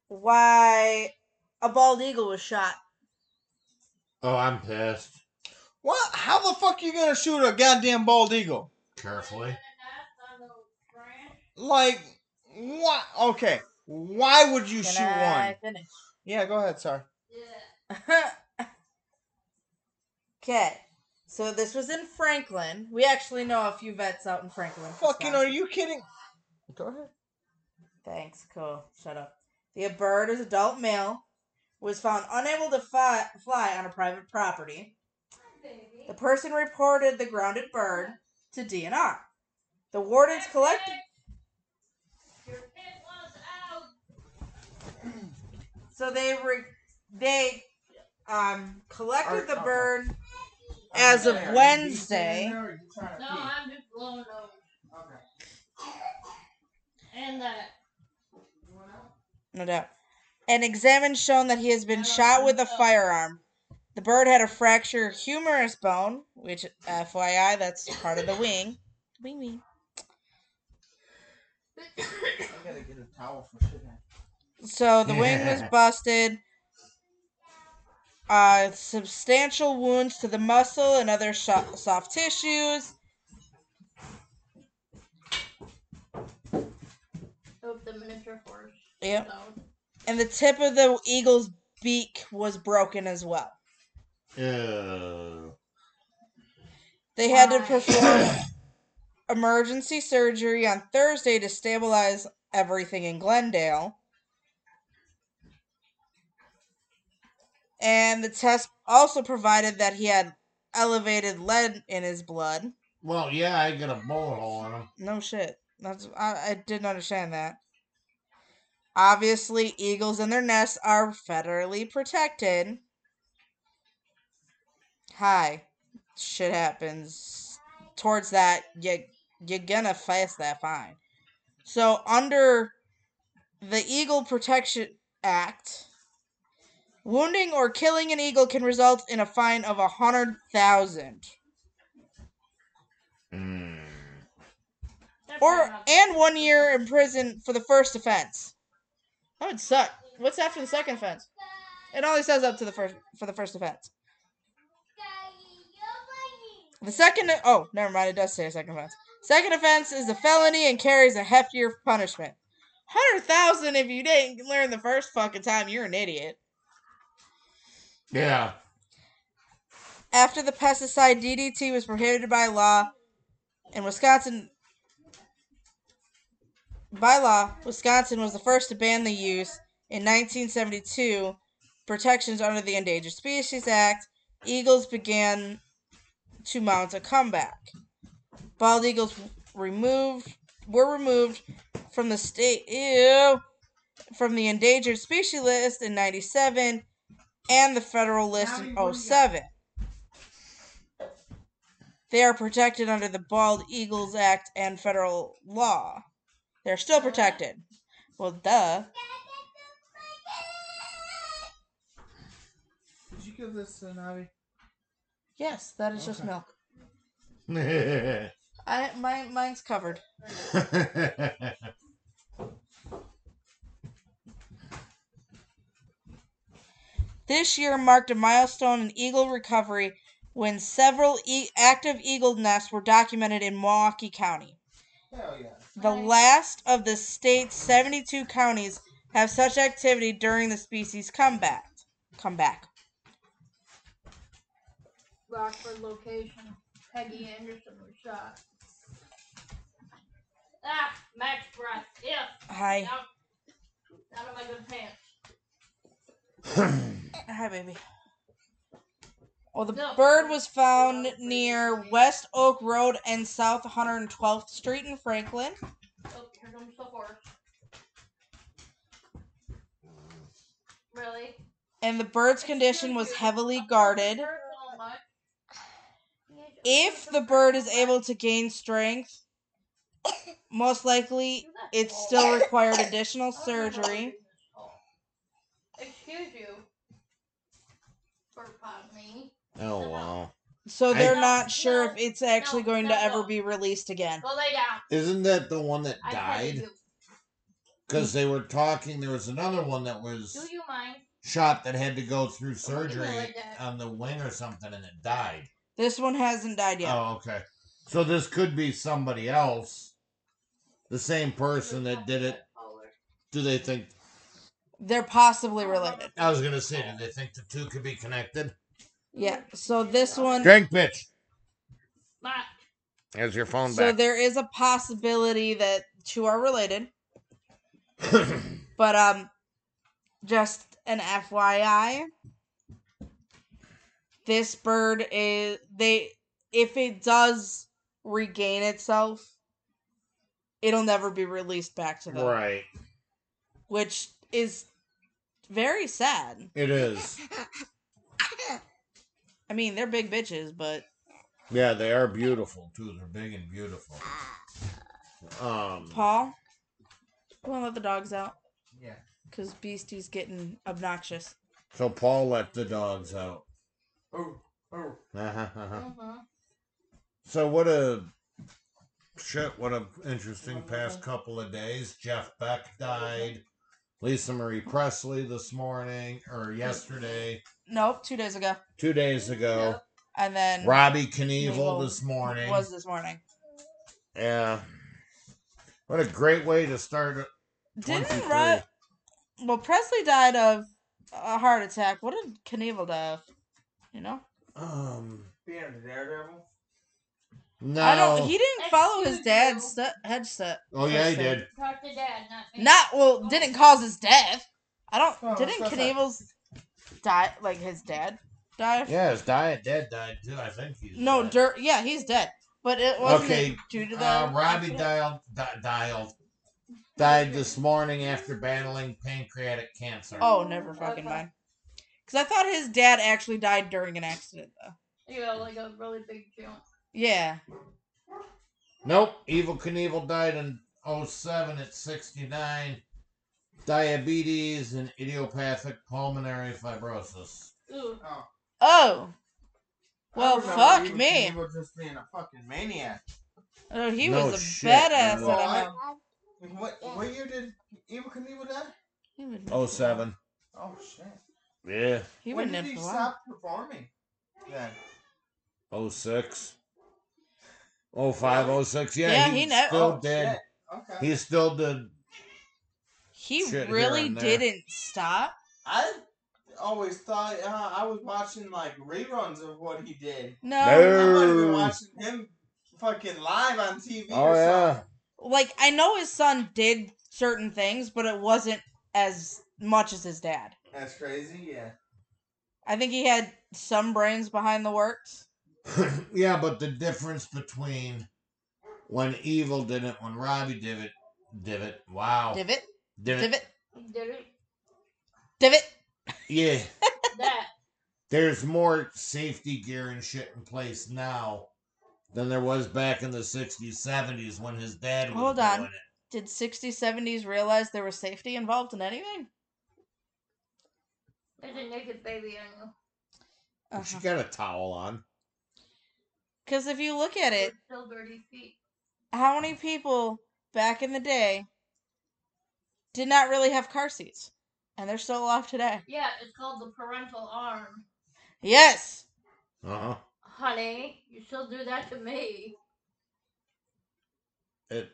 S6: why a bald eagle was shot.
S2: Oh, I'm pissed.
S3: What? How the fuck you gonna shoot a goddamn bald eagle?
S2: Carefully.
S3: Like, what? Okay, why would you
S6: Can
S3: shoot
S6: I
S3: one? Yeah, go ahead. Sorry.
S7: Yeah.
S6: finish? okay. So this was in Franklin. We actually know a few vets out in Franklin.
S3: Fucking, are
S6: Wisconsin.
S3: you kidding? Go ahead.
S6: Thanks. Cool. Shut up. The Aberta's adult male was found unable to fi- fly on a private property. The person reported the grounded bird to DNR. The wardens collected.
S7: Your pit was out.
S6: So they re- they um collected
S3: Are-
S6: the
S3: uh-uh.
S6: bird as of Wednesday.
S7: No, I'm just blowing over. And that.
S6: No doubt. An examined shown that he has been shot with a firearm. The bird had a fractured humerus bone, which, FYI, that's part of the wing. Wing wing.
S3: I gotta get a towel for shit.
S6: So the wing was busted. Uh, substantial wounds to the muscle and other sho soft tissues.
S7: Of the miniature horse.
S6: Yep.
S7: So,
S6: And the tip of the eagle's beak was broken as well.
S2: Ew.
S6: They had to perform emergency surgery on Thursday to stabilize everything in Glendale. And the test also provided that he had elevated lead in his blood.
S2: Well, yeah, I got a bullet hole in him.
S6: No shit. That's I, I didn't understand that. Obviously, eagles and their nests are federally protected. Hi. Shit happens. Towards that, you you're gonna face that fine. So under the Eagle Protection Act, wounding or killing an eagle can result in a fine of a hundred thousand.
S2: Mm.
S7: that's
S6: or
S7: not-
S6: and one year in prison for the first offense. That would suck. What's after the second offense? It only says up to the first for the first offense. The second oh, never mind. It does say a second offense. Second offense is a felony and carries a heftier punishment. Hundred thousand if you didn't learn the first fucking time. You're an idiot.
S2: Yeah.
S6: After the pesticide DDT was prohibited by law in Wisconsin, by law, Wisconsin was the first to ban the use in 1972. Protections under the Endangered Species Act, eagles began to mount a comeback. Bald eagles removed were removed from the state ew, from the endangered species list in 97 and the federal list in 07. They are protected under the Bald Eagles Act and federal law. They're still protected. Well, duh.
S3: Did you give this to Navi?
S6: Yes, that is just
S3: Okay.
S6: milk.
S2: Oh,
S6: I my mine's covered. This year marked a milestone in eagle recovery when several e- active eagle nests were documented in Milwaukee County.
S3: Hell yeah.
S6: The
S7: Right.
S6: last of the state's 72 counties have such activity during the species comeback. Comeback.
S7: Rockford location. Peggy Anderson was shot. Ah, max breath. Yeah.
S6: Hi.
S7: Out, out of my good pants.
S6: Hi, baby. Well, the
S7: No.
S6: bird was found near West Oak Road and South 112th Street in Franklin.
S7: Oh, here comes the horse. Really?
S6: and the bird's condition was heavily guarded.
S7: So much.
S6: If the bird is able to gain strength, most likely it still required additional surgery.
S7: Excuse you. Burp on me.
S2: oh, wow.
S6: So they're not sure if it's actually going to ever be released again.
S7: Go lay down.
S2: Isn't that the one that
S7: I petted
S2: died?
S7: you.
S2: Because they were talking, there was another one that was
S7: Do you mind?
S2: shot that had to go through
S7: like
S2: surgery
S7: that.
S2: on the wing or something and it died.
S6: This one hasn't died yet.
S2: Oh, okay. So this could be somebody else, the same person that did it. Do they think?
S6: They're possibly related.
S2: I was gonna say, do they think the two could be connected?
S6: Yeah. So this one
S2: Drink, bitch.
S7: But
S2: There's your phone
S6: So
S2: back.
S6: there is a possibility that two are related. But um just an FYI. This bird is they if it does regain itself, it'll never be released back to them.
S2: right.
S6: Which is very sad.
S2: It is.
S6: I mean, they're big bitches, but
S2: Yeah, they are beautiful too. They're big and beautiful. Um.
S6: Paul, go and let the dogs out
S3: Yeah.
S6: because Beastie's getting obnoxious.
S2: So Paul let the dogs out.
S3: Oh, oh.
S7: mhm.
S2: so what a shit! What a interesting past couple of days. Jeff Beck died. Lisa Marie Presley this morning or yesterday,
S6: Nope, two days ago,
S2: two days ago.
S6: and then
S2: Robbie Knievel this morning.
S6: was this morning.
S2: Yeah. What a great way to start. it.
S6: Didn't
S2: 23.
S6: Ro- well Presley died of a heart attack. What did Knievel die of? You know,
S2: Um.
S3: Being a daredevil.
S2: No.
S6: I don't. He didn't follow his
S7: Excuse
S6: dad's
S7: you.
S6: stu- headset.
S2: oh yeah, he
S6: Presley.
S2: did.
S7: Talk to dad, not me.
S6: Not well. Didn't cause his death. I don't.
S3: Oh,
S6: didn't
S3: that's not-
S6: Knievel's die like his dad die? Of-
S2: Yeah, his diet dad died too. I think he's
S6: No,
S2: dead.
S6: dirt. Yeah, he's dead. But it wasn't
S2: Okay,
S6: due to the
S2: Uh, Robbie
S6: accident?
S2: dialed, di- dialed died this morning after battling pancreatic cancer.
S6: Oh, never fucking
S7: Okay.
S6: mind. Because I thought his dad actually died during an accident, though.
S7: Yeah, like a really big jump.
S6: Yeah.
S2: Nope, Evil Knievel died in 07 at 69. Diabetes and idiopathic pulmonary fibrosis.
S7: Ooh,
S3: Oh.
S6: Oh.
S3: I
S6: Well,
S3: remember
S6: fuck
S3: Evil
S6: me.
S3: Knievel just being a fucking maniac.
S6: Oh, he
S2: No
S6: was a
S2: shit,
S6: badass
S2: no.
S6: at
S3: Well, I-
S6: home.
S3: What what year did Evil Knievel die?
S6: He would-
S2: Oh, 07.
S3: Oh shit.
S2: Yeah.
S6: He
S3: when
S6: wouldn't
S3: did
S6: have
S3: he
S6: to
S3: stop performing? Then
S2: 06. 05, 06. Yeah,
S6: Yeah,
S2: he,
S6: he ne-
S2: still
S3: oh,
S2: did.
S3: shit. Okay.
S2: He still did.
S6: He
S2: Shit here
S6: really
S2: and there.
S6: didn't stop.
S3: I always thought uh, I was watching like reruns of what he did.
S6: No.
S3: I
S2: No.
S3: might have been
S2: Ooh.
S3: watching him fucking live on TV.
S2: Oh,
S3: or
S2: yeah.
S6: Like, I know his son did certain things, but it wasn't as much as his dad.
S3: something. That's crazy. Yeah.
S6: I think he had some brains behind the works.
S2: yeah, but the difference between when Evil did it, when Robbie did it, did it. Wow.
S6: Divot,
S2: Did it.
S6: divot,
S7: he did it.
S6: divot.
S2: Yeah.
S7: That.
S2: There's more safety gear and shit in place now than there was back in the 60s, 70s when his dad was
S6: Hold
S2: doing
S6: on.
S2: it.
S6: Did 60s, 70s realize there was safety involved in anything?
S7: There's a naked baby on you.
S2: She
S6: Because
S2: got a towel on.
S6: if you look at it,
S7: With Still dirty feet.
S6: how many people back in the day did not really have car seats? And they're still alive today.
S7: Yeah, it's called the parental arm.
S6: Yes!
S2: Uh huh.
S7: Honey, you still do that to me.
S2: It.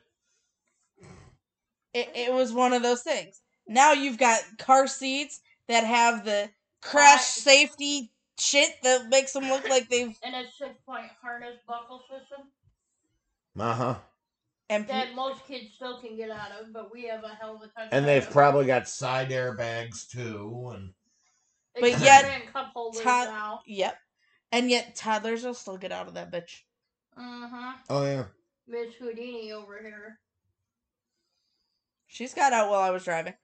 S6: It, it was one of those things. Now you've got car seats that have the crash safety shit that makes them look like they've.
S7: And a six point harness buckle system
S2: Uh
S6: Uh-huh.
S2: huh.
S6: And, pe-
S7: that most kids still can get out of, but we have a hell of a time.
S2: And they've
S7: probably.
S2: probably got side airbags too. And
S6: but yet-
S7: cup holders
S6: Todd-
S7: now.
S6: yep. And yet toddlers will still get out of that bitch.
S7: Mm-hmm.
S2: oh yeah.
S7: Miss Houdini over here.
S6: She's got out while I was driving.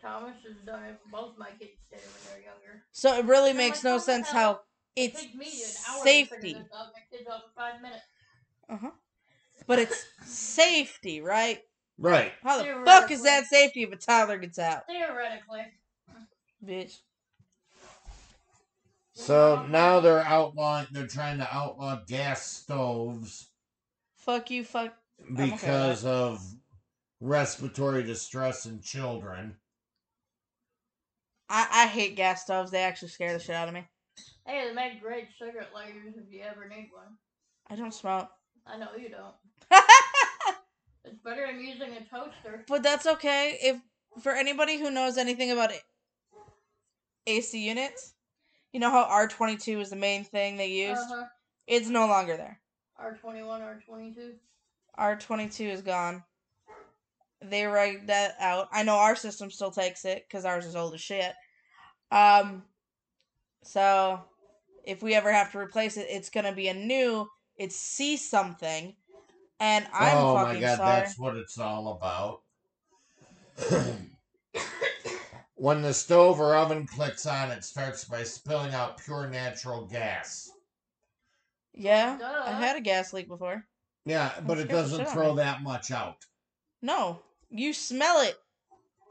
S7: Thomas has done it. Both my kids did it when they were younger.
S6: So it really
S7: No,
S6: makes
S7: it's
S6: no
S7: not
S6: sense
S7: about-
S6: how it's
S7: Take me an hour To
S6: safety,
S7: figure this out. My kids out in five minutes.
S6: but it's safety, right?
S2: Right.
S6: How the
S7: Theoretically.
S6: fuck is that safety if a toddler gets out,
S7: Theoretically.
S6: bitch?
S2: So now they're outlawing. They're trying to outlaw gas stoves
S6: Fuck you, fuck. okay with
S2: because of respiratory distress in children.
S6: I, I hate gas stoves. They actually scare the shit out of me.
S7: Hey, they make great cigarette lighters if you ever need one.
S6: I don't smoke,
S7: I know you don't. It's better than using a toaster.
S6: but that's okay. If for anybody who knows anything about it, AC units, you know how R twenty two is the main thing they used.
S7: Uh-huh.
S6: It's no longer there.
S7: R twenty one, R twenty two.
S6: R twenty two is gone. They write that out. I know our system still takes it because ours is old as shit. Um, so if we ever have to replace it, it's gonna be a new. It's C something, and I'm
S2: oh
S6: fucking
S2: my god,
S6: sorry.
S2: that's what it's all about. when the stove or oven clicks on, it starts by spilling out pure natural gas.
S6: Yeah,
S7: Duh.
S6: I've had a gas leak before.
S2: Yeah, but
S6: That
S2: it
S6: scares the
S2: doesn't
S6: shit out of
S2: throw
S6: me.
S2: that much out.
S6: No, you smell it.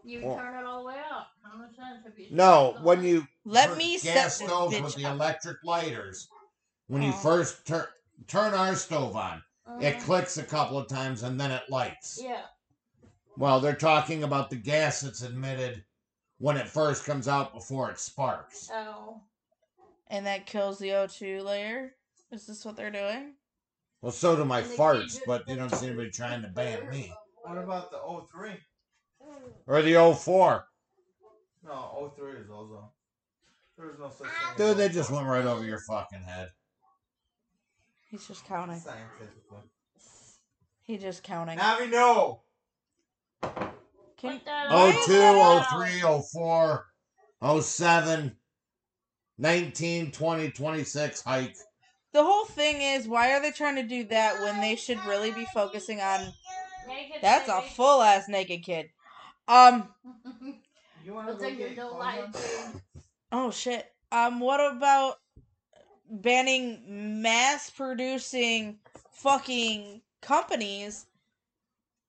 S7: You
S2: Well-
S7: turn it all the way up. How much sense have you?
S2: No,
S7: seen?
S2: when you
S6: Let
S2: turn
S6: me set
S2: gas
S6: this
S2: stoves with
S6: bitch
S2: the
S6: up.
S2: electric lighters, when you
S6: Oh. Uh.
S2: first turn turn our stove on, it
S7: Uh-huh.
S2: clicks a couple of times and then it lights.
S7: Yeah.
S2: Well, they're talking about the gas that's emitted when it first comes out before it sparks.
S7: Oh.
S6: and that kills the O2 layer. Is this what they're doing?
S2: Well, so do my
S7: And they
S2: farts,
S7: keep it-
S2: but you don't see anybody trying to ban me.
S3: What about the 03?
S2: Or the 04.
S3: No, 03 is also. There's no such thing. as
S2: Dude, they just
S3: 04.
S2: went right over your fucking head.
S6: He's just counting.
S3: Scientifically.
S6: He just counting.
S3: Now we know.
S6: Can
S7: Put that
S6: Why
S7: on.
S6: is that
S2: 02, 03, 04, 07, 19, 20, 26, hike.
S6: The whole thing is, why are they trying to do that when they should really be focusing on?
S7: Naked
S6: That's a
S7: baby.
S6: full ass naked kid. Um.
S3: You want
S7: We'll take your no light.
S6: Oh shit. Um. What about banning mass producing fucking companies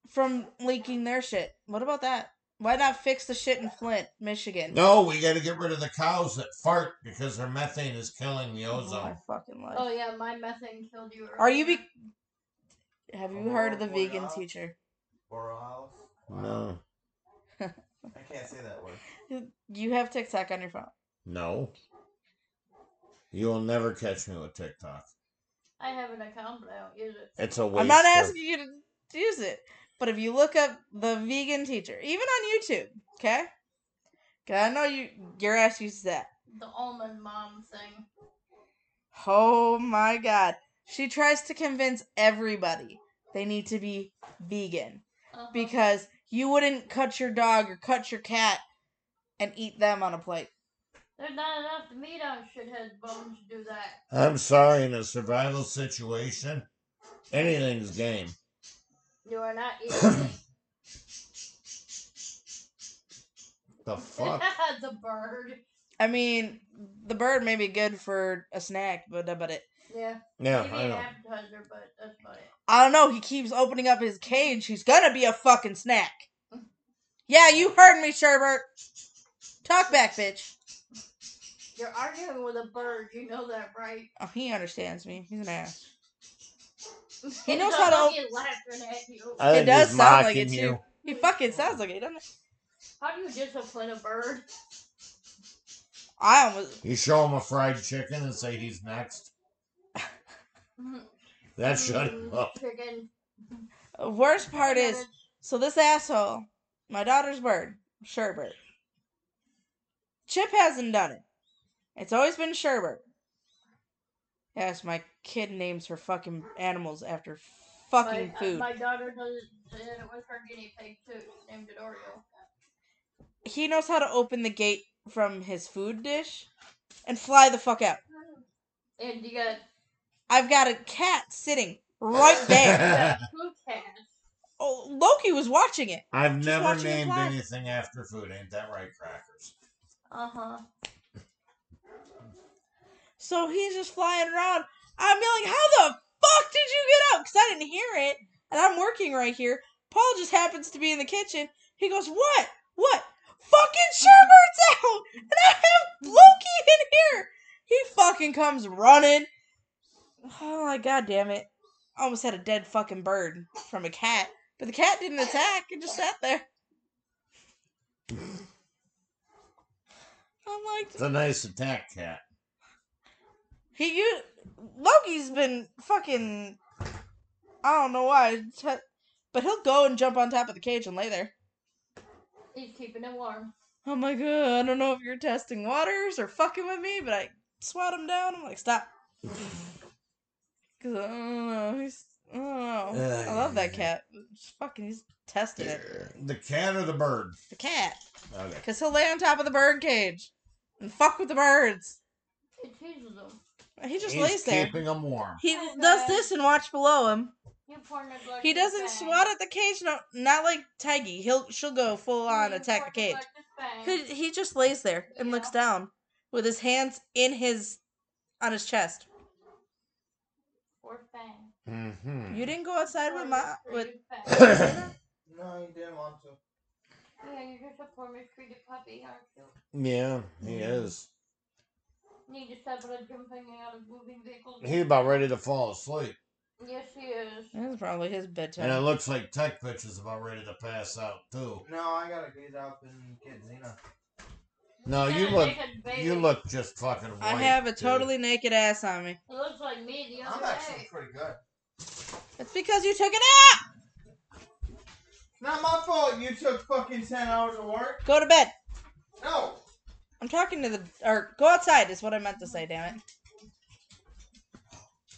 S6: from leaking their shit? What about that? Why not fix the shit in Flint, Michigan?
S2: No, we got to get rid of the cows that fart because their methane is killing the
S6: Oh, my
S2: ozone.
S6: fucking life.
S7: Oh yeah, my methane killed you.
S6: Are you
S7: earlier.
S6: be- Have you
S3: Oh,
S6: heard of the
S3: boy,
S6: vegan
S3: yeah.
S6: teacher?
S3: Borealis?
S2: No.
S3: I can't say that word.
S6: You have TikTok on your phone.
S2: No. You will never catch me with TikTok.
S7: I have an account, but I don't use it.
S2: It's a waste.
S6: I'm not
S2: of-
S6: asking you to use it, but if you look up the vegan teacher, even on YouTube, okay? 'Cause I know you your ass uses that.
S7: The almond mom thing.
S6: Oh my god. She tries to convince everybody they need to be vegan
S7: Uh-huh.
S6: because you wouldn't cut your dog or cut your cat and eat them on a plate.
S7: There's not enough meat on shithead bones to do that.
S2: I'm sorry, in a survival situation, anything's game.
S7: You are not eating
S2: The fuck?
S7: the bird.
S6: I mean, the bird may be good for a snack, but about it.
S7: Yeah.
S2: Yeah,
S7: Maybe
S2: I
S7: an
S2: know.
S7: appetizer, but that's about it.
S6: I don't know. He keeps opening up his cage. He's gonna be a fucking snack. Yeah, you heard me, Sherbert. Talk back, bitch.
S7: You're arguing with a bird. You know that, right?
S6: Oh, he understands me. He's an ass. He knows how to
S7: Don't
S6: op-
S7: get laughing at you.
S2: I
S6: It
S2: think
S6: does
S2: he's
S6: sound like
S2: mocking
S6: it,
S2: you.
S6: too. He fucking sounds like it, doesn't he?
S7: How do you discipline a bird?
S6: I almost.
S2: You show him a fried chicken and say he's next. That shut him
S7: Mm,
S2: up.
S7: Chicken.
S6: The worst part is, so this asshole, my daughter's bird, Sherbert. Chip hasn't done it. It's always been Sherbert. Yes, my kid names her fucking animals after fucking
S7: my, uh,
S6: food.
S7: my daughter does did it uh, with her guinea pig too. She named it Oreo.
S6: he knows how to open the gate from his food dish and fly the fuck out.
S7: And you got,
S6: I've got a cat sitting right there.
S7: you got two cats.
S6: oh, Loki was watching it.
S2: I've
S6: Just
S2: never
S6: watching him
S2: named
S6: fly.
S2: anything after food. Ain't that right, Crackers?
S7: Uh huh.
S6: So he's just flying around. I'm yelling, How the fuck did you get out? Because I didn't hear it. And I'm working right here. Paul just happens to be in the kitchen. He goes, What? What? Fucking Sherbert's out! And I have Loki in here! He fucking comes running. Oh my god damn it. I almost had a dead fucking bird from a cat. But the cat didn't attack, it just sat there. I'm like,
S2: It's a nice attack cat.
S6: He you Loki's been fucking. I don't know why, t- but he'll go and jump on top of the cage and lay there.
S7: He's keeping it warm.
S6: Oh my god! I don't know if you're testing waters or fucking with me, but I swat him down. I'm like, stop. Cause I don't know. He's, I don't know.
S2: Ugh.
S6: I love that cat. Just fucking, he's testing it.
S2: The cat or the bird?
S6: The cat.
S2: Okay.
S6: Cause he'll lay on top of the bird cage and fuck with the birds.
S7: It teases them.
S6: He just
S2: He's
S6: lays there.
S2: keeping them warm.
S6: He
S7: Okay.
S6: does this and watch below him.
S7: You poor neglected
S6: He doesn't
S7: fag.
S6: swat at the cage. No, not like Tiggy. He'll she'll go full on
S7: You
S6: attack
S7: poor
S6: the cage.
S7: neglected fag.
S6: He, he just lays there and looks down with his hands in his on his chest.
S7: Poor fag.
S2: Mm-hmm.
S6: You didn't go outside
S7: Poor
S6: with my with.
S7: mistreated fag.
S3: No, you didn't want to.
S7: Yeah, you're just a poor mistreated puppy, aren't you?
S2: yeah, he is.
S7: Need to stop it jumping out of moving vehicles.
S2: He's about ready to fall asleep,
S7: Yes, he is.
S6: That's probably his bedtime.
S2: and it looks like Tech Pitch is about ready to pass out too.
S3: No, I gotta get up and get Zena.
S2: No,
S7: He's
S2: you
S7: gonna
S2: look,
S7: make a baby.
S2: you look just fucking white.
S6: I have a
S2: dude.
S6: totally naked ass on me.
S7: He looks like me the
S3: I'm
S7: other
S3: actually
S7: day.
S3: pretty good.
S6: It's because you took it out.
S3: Not my fault you took fucking 10 hours of work.
S6: Go to bed.
S3: No.
S6: I'm talking to the or go outside is what I meant to say. Damn it.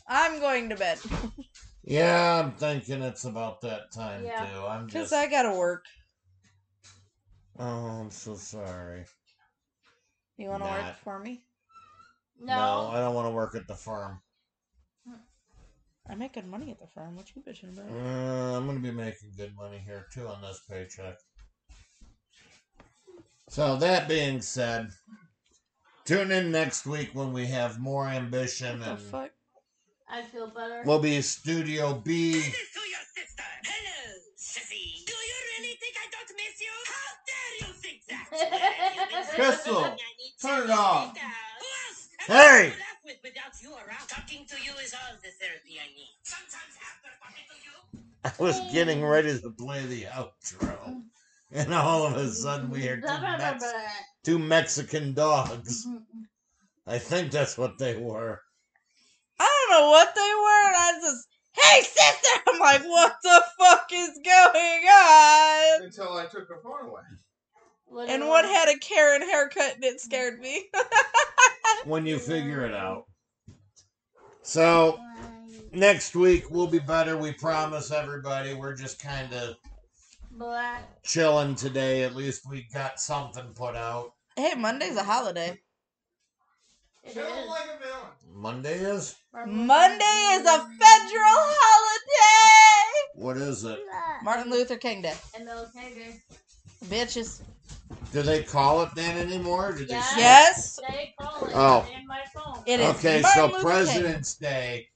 S6: I'm going to bed
S2: Yeah, I'm thinking it's about that time
S7: Yeah.
S2: too. I'm
S6: because
S2: just.
S6: I gotta work.
S2: Oh, I'm so sorry.
S6: You want to work
S2: Not.
S6: for me?
S7: No.
S2: I don't want to work at the farm.
S6: I make good money at the farm. What you bitching about?
S2: Uh, I'm gonna be making good money here too on this paycheck. So that being said, tune in next week when we have more ambition
S6: What
S2: and
S6: the fuck?
S7: I feel better.
S2: we'll be Studio B. Crystal,
S3: Turn it off.
S2: hey. I was getting ready to play the outro, and all of a sudden we hear two, Mex- two Mexican dogs. I think that's what they were.
S6: I don't know what they were. And I just, hey sister, I'm like, what the fuck is going on?
S3: Until I took her phone away.
S6: And one had a Karen haircut, and it scared me.
S2: When you figure it out. So next week we'll be better. We promise everybody. We're just kind of
S7: Black.
S2: chilling today. At least we got something put out.
S6: hey, Monday's a holiday.
S7: It
S3: Kill him
S7: is.
S3: like a villain.
S2: Monday is
S6: Monday is a federal holiday.
S2: what is it?
S6: Martin Luther King Day,
S7: MLK Day.
S6: bitches.
S2: Do they call it that anymore? Did they
S7: Yeah.
S2: say-
S6: Yes,
S7: They call it
S2: Oh.
S7: in my phone.
S6: it is.
S2: Okay,
S6: Martin
S2: so
S6: Luther King.
S2: President's Day.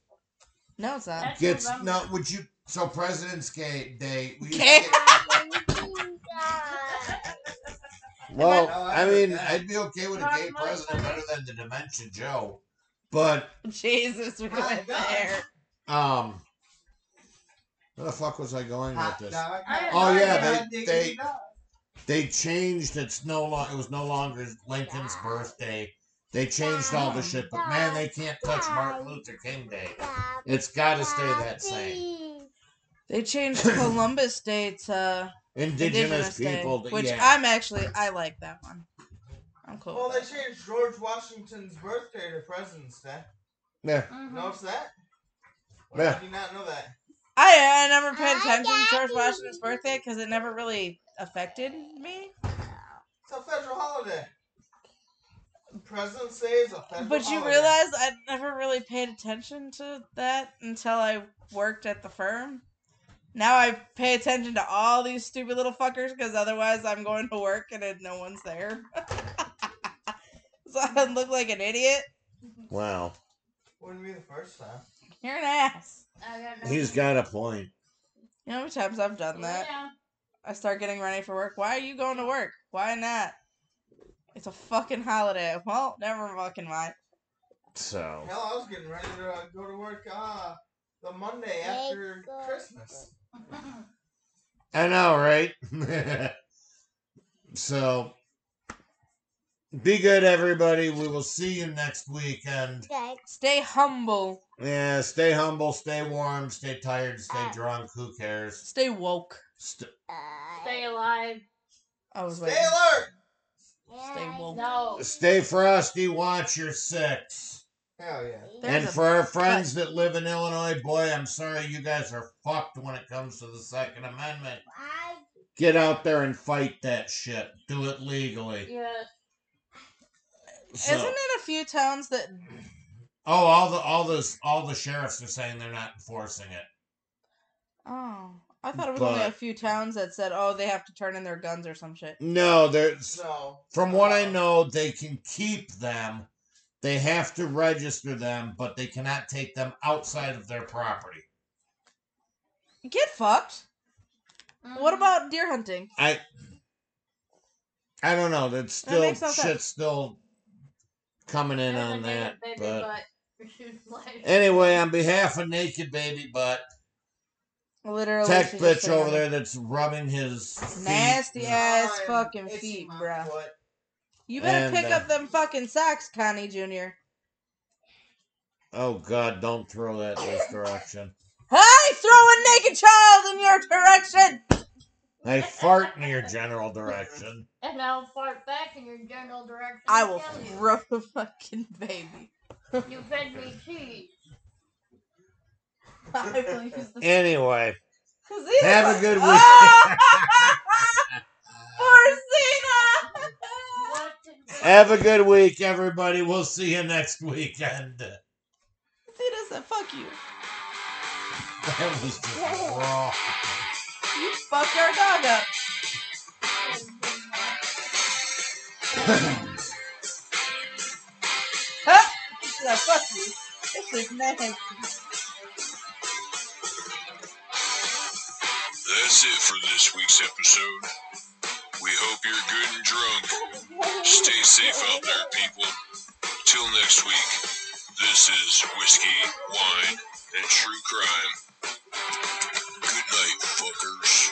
S6: No, it's not.
S7: That's
S2: gets
S7: November.
S2: no would you so president's Ga- day we used to
S6: Okay.
S2: get- well i mean i'd be okay with a gay president better than the dementia joe but
S6: Jesus, we
S2: Oh
S6: went there.
S2: um where the fuck was i going
S6: Uh,
S2: with
S3: Hot
S2: this
S3: dog.
S7: I-
S2: oh yeah
S3: Hot
S2: they
S3: dog,
S2: they
S3: dog.
S2: they changed it's no long it was no longer lincoln's birthday they changed all the shit but man they can't touch martin luther king day it's gotta stay that same
S6: They changed Columbus Day to
S2: indigenous,
S6: Day,
S2: people
S6: which
S2: yeah.
S6: I'm actually I like that one. I'm cool.
S3: Well, they
S6: with that.
S3: changed George Washington's birthday to President's Day.
S2: yeah
S6: Mm-hmm.
S7: Mhm.
S3: Notice that? Or
S2: Yeah.
S3: Did you not know that?
S6: I I never paid attention to George Washington's birthday because it never really affected me.
S3: It's a federal holiday. President's Day is a federal
S6: But you
S3: holiday.
S6: realize I never really paid attention to that until I worked at the firm. Now I pay attention to all these stupid little fuckers because otherwise I'm going to work and it, no one's there. so I look like an idiot.
S2: wow
S3: Wouldn't be the first time.
S6: You're an ass.
S7: I got nothing.
S2: he's got a point
S6: You know how many times I've done that?
S7: Yeah.
S6: I start getting ready for work. Why are you going to work? Why not? It's a fucking holiday. Well, never fucking mind.
S2: So
S3: Hell, I was getting ready to uh, go to work uh, the Monday after Christmas.
S2: I know, right? so be good, everybody. We will see you next weekend.
S6: Stay humble.
S2: Yeah, stay humble, stay warm, stay tired, stay
S6: Ah.
S2: drunk. Who cares?
S6: Stay woke.
S2: St-
S7: Stay alive.
S6: I was
S3: Stay
S6: like,
S3: alert!
S6: stay woke.
S7: No.
S2: stay frosty. Watch your six.
S3: Hell yeah.
S6: There's
S2: and
S6: a
S2: for our friends that live in Illinois, boy, I'm sorry you guys are fucked when it comes to the Second Amendment. Get out there and fight that shit. Do it legally.
S7: Yes.
S2: So-
S6: Isn't it a few towns that
S2: oh, all the all those all the sheriffs are saying they're not enforcing it.
S6: Oh, I thought it was only
S2: But-
S6: a few towns that said, "Oh, they have to turn in their guns or some shit."
S2: No, there's
S3: So
S2: from what I know, they can keep them. They have to register them, but they cannot take them outside of their property.
S6: Get fucked. What
S7: Mhm.
S6: about deer hunting?
S2: I I don't know. That's
S6: That
S2: still
S6: makes no
S2: shit's
S6: sense.
S2: still coming in
S7: There's a
S2: on that.
S7: naked baby
S2: But Eh.
S7: butt. She's like-
S2: anyway, on behalf of Naked Baby Butt,
S6: Literally,
S2: tech
S6: she's just
S2: bitch
S6: sitting
S2: over
S6: on the-
S2: there that's rubbing his feet.
S6: Nasty
S2: and-
S6: ass. Ass
S3: I'm
S6: fucking
S3: itching
S6: feet,
S3: my
S6: bruh.
S3: foot.
S6: You better
S2: And,
S6: pick
S2: uh,
S6: up them fucking socks, Connie Junior.
S2: Oh God! Don't throw that this direction.
S6: I throw a naked child in your direction.
S2: I fart in your general direction.
S7: And I'll fart back in your general direction.
S6: I
S7: and
S6: will
S7: kill you.
S6: throw the fucking baby.
S7: You fed me cheese.
S6: I will use the.
S2: Anyway,
S6: 'Cause these
S2: Have
S6: are-
S2: a good weekend.
S6: Orsina!
S7: What did we-
S2: have a good week, everybody. We'll see you next weekend.
S6: Orsina said, "Fuck you.
S2: That was just raw.
S6: You fucked our dog up." Huh? She's like, fuck you. This is nasty.
S5: That's it for this week's episode. We hope you're good and drunk. Stay safe out there, people. Till next week, this is Whiskey, Wine, and True Crime. Good night, fuckers.